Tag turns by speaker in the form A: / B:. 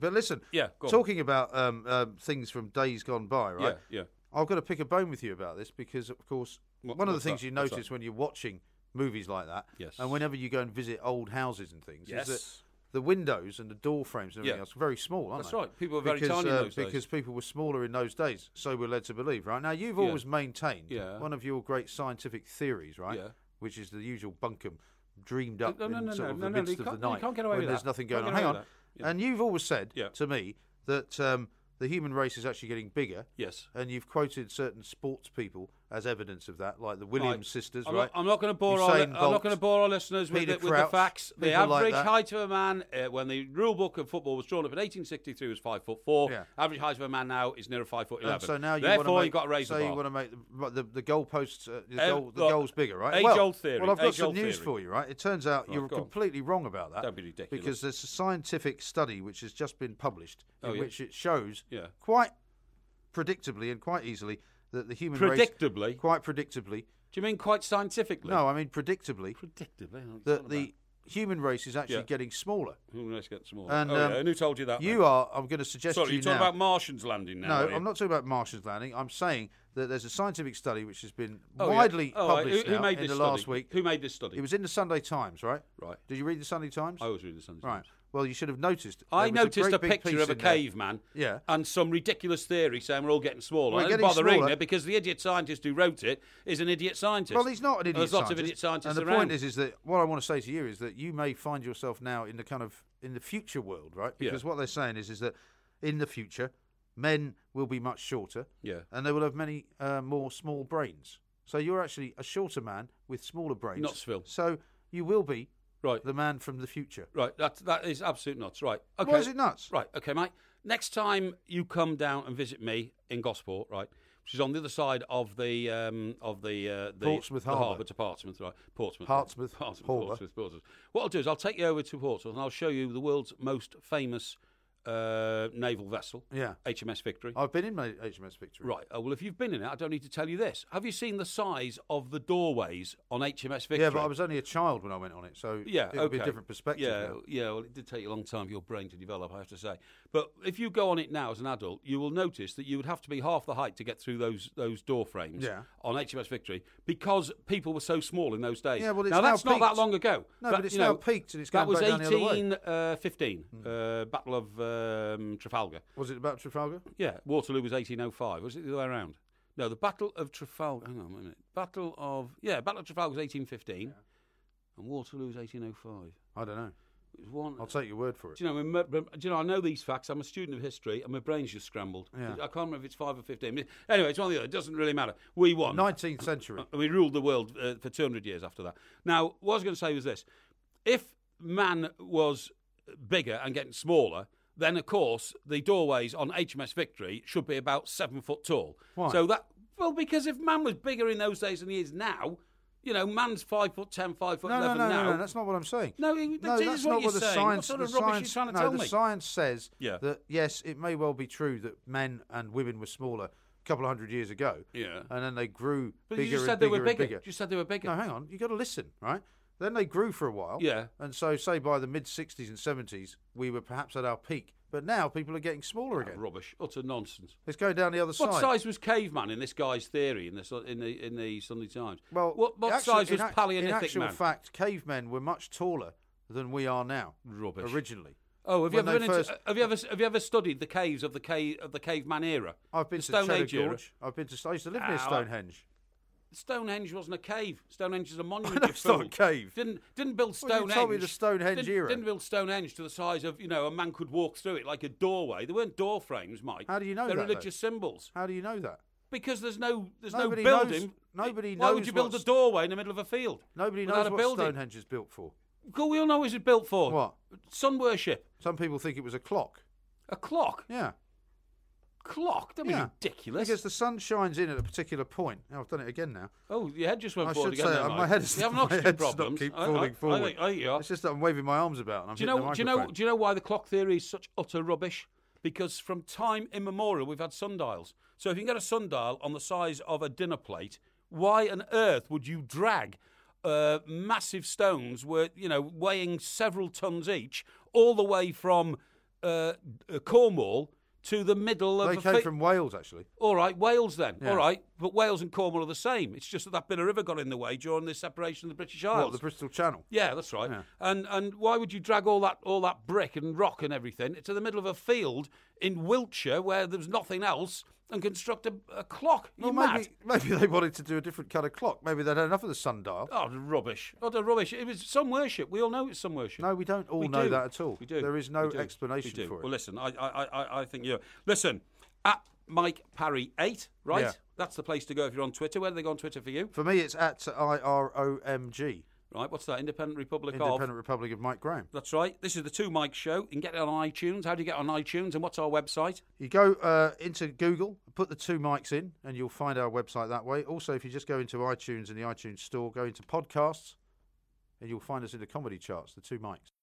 A: But listen,
B: Yeah, go on.
A: talking about um, um, things from days gone by, right?
B: Yeah, yeah.
A: I've got to pick a bone with you about this because, of course,
B: What-
A: one of the
B: what's
A: things
B: that?
A: you
B: What's
A: notice when you're watching movies like that,
B: Yes.
A: and whenever you go and visit old houses and things, is
B: Yes.
A: that the windows and the door frames and everything
B: Yeah.
A: else are very small, aren't
B: That's
A: they?
B: right. People were very
A: because,
B: tiny in
A: uh,
B: those days.
A: Because people were smaller in those days, so we're led to believe, right? Now, you've
B: Yeah.
A: always maintained
B: Yeah.
A: one of your great scientific theories, right?
B: Yeah.
A: Which is the usual bunkum dreamed up
B: No, no,
A: in
B: no,
A: sort of
B: no,
A: the
B: no, no,
A: midst
B: you
A: of
B: can't-
A: the
B: no, you
A: night
B: can't get away
A: when
B: with
A: there's
B: that.
A: nothing going
B: Can't
A: on.
B: get
A: Hang
B: away
A: on.
B: with that. Yeah.
A: And you've always said
B: Yeah.
A: to me that um, the human race is actually getting bigger.
B: Yes.
A: And you've quoted certain sports people as evidence of that, like the Williams sisters,
B: I'm
A: right?
B: Not, I'm not going to bore all.
A: Usain
B: I'm not
A: Bolt,
B: going to bore our listeners with
A: Peter
B: the, with the
A: Crouch,
B: facts. The
A: people like
B: average
A: that.
B: height of a man uh, when the rule book of football was drawn up in 1863 was five foot four.
A: Yeah.
B: Average height of a man now is near five foot
A: And
B: eleven.
A: so now you
B: therefore
A: want to make,
B: you've got to raise
A: so
B: the
A: you
B: bar.
A: want to make the, the, the goalposts, uh, the,
B: Eh,
A: goal, the
B: look,
A: goal's bigger, right?
B: age
A: well,
B: old theory,
A: Well, I've got
B: age
A: some
B: old
A: news
B: theory.
A: for you, right? It turns out you're
B: go on.
A: completely wrong about that.
B: Don't be ridiculous.
A: Because there's a scientific study which has just been published in
B: Oh, yeah.
A: which it shows
B: Yeah.
A: quite predictably and quite easily that the human race...
B: Predictably?
A: Quite predictably.
B: Do you mean quite scientifically?
A: No, I mean predictably.
B: predictably. what's that
A: that
B: about?
A: the human race is actually
B: Yeah.
A: getting smaller.
B: Who knows? Get some more.
A: And,
B: oh, yeah,
A: um,
B: and who told you that?
A: You
B: then?
A: are. I'm going to suggest
B: Sorry,
A: to you
B: you're talking
A: now.
B: about Martians landing now.
A: no,
B: are you?
A: I'm not talking about Martian's landing. I'm saying that there's a scientific study which has been
B: Oh, yeah.
A: widely
B: Oh, right.
A: published
B: Who, who
A: now
B: made
A: in
B: this
A: the
B: study?
A: last week.
B: Who made this study?
A: It was in the Sunday Times, right?
B: Right.
A: Did you read the Sunday Times?
B: I always read the Sunday
A: right.
B: Times.
A: Well, you should have noticed.
B: I
A: there was
B: noticed
A: great
B: a,
A: big
B: picture
A: piece
B: of a
A: in there.
B: caveman
A: Yeah.
B: and some ridiculous theory saying we're all getting smaller.
A: We're
B: I didn't
A: getting
B: bother reading
A: smaller.
B: it because the idiot scientist who wrote it is an idiot scientist.
A: Well, he's not an idiot.
B: There's lots
A: scientist.
B: of idiot
A: And
B: scientists
A: the
B: around.
A: point is, is that what I want to say to you is that you may find yourself now in the kind of in the future world, right?
B: Yeah.
A: Because what they're saying is, is that in the future, men will be much shorter.
B: Yeah.
A: And they will have many uh, more small brains. So you're actually a shorter man with smaller brains.
B: Nuts, Phil.
A: So you will be
B: right,
A: the man from the future.
B: right. That that is absolute nuts. Right. Okay.
A: Why is it nuts?
B: Right. Okay, mate. Next time you come down and visit me in Gosport, right, which is on the other side of the um, of the, uh, the
A: Portsmouth
B: the
A: Harbour.
B: to Portsmouth, right? Portsmouth.
A: Portsmouth
B: Portsmouth,
A: Harbour.
B: Portsmouth, Portsmouth. What I'll do is I'll take you over to Portsmouth and I'll show you the world's most famous uh, naval vessel.
A: Yeah.
B: HMS Victory.
A: I've been in my HMS Victory.
B: Right. Oh, well, if you've been in it, I don't need to tell you this. Have you seen the size of the doorways on HMS Victory?
A: Yeah, but I was only a child when I went on it, so
B: Yeah,
A: it would be a
B: okay.
A: different perspective.
B: Yeah,
A: now.
B: yeah. Well, it did take a long time for your brain to develop, I have to say. But if you go on it now as an adult, you will notice that you would have to be half the height to get through those those door frames
A: Yeah.
B: on HMS Victory because people were so small in those days.
A: Yeah, well, it's
B: now,
A: now
B: that's not that
A: peaked.
B: long ago.
A: No, but it's
B: you
A: now
B: know,
A: peaked and it's
B: that
A: going
B: was
A: back down the other way. Hmm.
B: 1815, uh, Battle of um, Trafalgar.
A: Was it about Trafalgar?
B: Yeah, Waterloo was 1805. Was it the other way around? No, the Battle of Trafalgar. Hang on a minute. Battle of yeah, Battle of Trafalgar was 1815, and Waterloo was 1805.
A: I don't know.
B: It was one.
A: I'll take your word for it.
B: do you know? my me- Do you know? I know these facts. I'm a student of history, and my brain's just scrambled.
A: Yeah.
B: I can't remember if it's five or fifteen. Anyway, it's one or the other. It doesn't really matter. We won.
A: 19th century.
B: And we ruled the world uh, for 200 years after that. Now, what I was going to say was this if man was bigger and getting smaller, then of course the doorways on HMS Victory should be about seven foot tall.
A: Why?
B: So that, well, because if man was bigger in those days than he is now, you know, man's five foot ten, five foot
A: No, no,
B: eleven
A: no,
B: now.
A: no, no, that's not what I'm saying.
B: No, it-
A: no
B: this
A: that's
B: is what
A: not
B: you're
A: what the
B: saying. What
A: science.
B: sort of
A: the
B: rubbish are you
A: science,
B: trying to
A: no,
B: tell
A: the
B: me?
A: science says
B: Yeah.
A: that yes, it may well be true that men and women were smaller a couple of hundred years ago.
B: Yeah.
A: and then they grew
B: but
A: bigger
B: you just said
A: and
B: they
A: bigger
B: were
A: and
B: bigger.
A: bigger.
B: You just said they were bigger.
A: No, hang on, you got to listen, right? Then they grew for a while.
B: Yeah.
A: and so say by the mid '60s and '70s, we were perhaps at our peak, but now people are getting smaller again.
B: Rubbish, utter nonsense.
A: Let's go down the other
B: What
A: side.
B: size was caveman in this guy's theory in the Sun- in the in the Sunday Times?
A: Well,
B: what, what
A: in actual-
B: size was
A: in ac-
B: Paleolithic
A: In actual
B: man?
A: fact, cavemen were much taller than we are now.
B: Rubbish.
A: Originally,
B: oh, have you
A: when
B: ever
A: they
B: been
A: first-
B: into, have you ever have you ever studied the caves of the cave of the caveman era?
A: I've been
B: the
A: to
B: Stone
A: Cheddar
B: Age era.
A: Gorge. I've been to. I used to live near
B: Ow.
A: Stonehenge.
B: Stonehenge wasn't a cave. Stonehenge is a monument.
A: know
B: you
A: it's not a
B: fool.
A: cave.
B: Didn't didn't build
A: Well, you
B: Stonehenge.
A: told me the Stonehenge
B: didn't,
A: era.
B: Didn't build Stonehenge to the size of you know a man could walk through it like a doorway. There weren't door frames, Mike.
A: How do you know
B: They're
A: that, though?
B: religious symbols
A: How do you know that?
B: because there's no there's
A: Nobody
B: no
A: knows-
B: building.
A: nobody
B: Why
A: knows
B: would you build a
A: what's-
B: doorway in the middle of a field?
A: Nobody
B: without
A: knows
B: a
A: what
B: building.
A: Stonehenge is built for.
B: Well, we all know what it's built for.
A: What?
B: Sun worship.
A: Some people think it was a clock.
B: A clock.
A: Yeah.
B: Clock? That'd
A: Yeah.
B: be ridiculous.
A: Because the sun shines in at a particular point. Now, I've done it again now.
B: oh, your head just went
A: I
B: forward
A: should
B: again.
A: say
B: there,
A: uh,
B: Mike.
A: my head's,
B: you have an
A: my
B: oxygen
A: head's
B: problem.
A: not keep
B: I- I-
A: falling
B: I, think-
A: forward.
B: I think, you are.
A: It's just that I'm waving my arms about. And I'm
B: Do you
A: hitting
B: know?
A: the
B: Do you know?
A: microphone.
B: Do you know why the clock theory is such utter rubbish? Because from time immemorial we've had sundials. So if you can get a sundial on the size of a dinner plate, why on earth would you drag uh, massive stones, were you know weighing several tons each, all the way from uh, uh, Cornwall to the middle of
A: They
B: a
A: came
B: fi-
A: from Wales, actually.
B: All right, Wales then.
A: Yeah.
B: All right, but Wales and Cornwall are the same. It's just that that bit of river got in the way during the separation of the British Isles.
A: What, the Bristol Channel?
B: yeah, that's right.
A: Yeah.
B: And and why would you drag all that all that brick and rock and everything to the middle of a field in Wiltshire where there's nothing else and construct a, a clock? You
A: Well,
B: mad?
A: maybe, maybe they wanted to do a different kind of clock. Maybe they'd had enough of the sundial.
B: Oh, rubbish! Oh, the rubbish! It was some worship. We all know it's some worship.
A: No, we don't all
B: We
A: know
B: do.
A: that at all.
B: We do.
A: There is no
B: We do.
A: explanation
B: We do.
A: for it.
B: Well, listen, I, I, I- I, I think you. Listen, at Mike Parry eight, right?
A: Yeah.
B: That's the place to go if you're on Twitter. Where do they go on Twitter for you?
A: for me, it's at IROMG,
B: Right? What's that? Independent Republic of.
A: Independent Republic of Mike Graham.
B: That's right. This is the Two Mike Show. You can get it on iTunes. How do you get on iTunes? And what's our website?
A: You go uh, into Google, put the two mics in, and you'll find our website that way. Also, if you just go into iTunes and the iTunes store, go into podcasts, and you'll find us in the comedy charts, the two mics.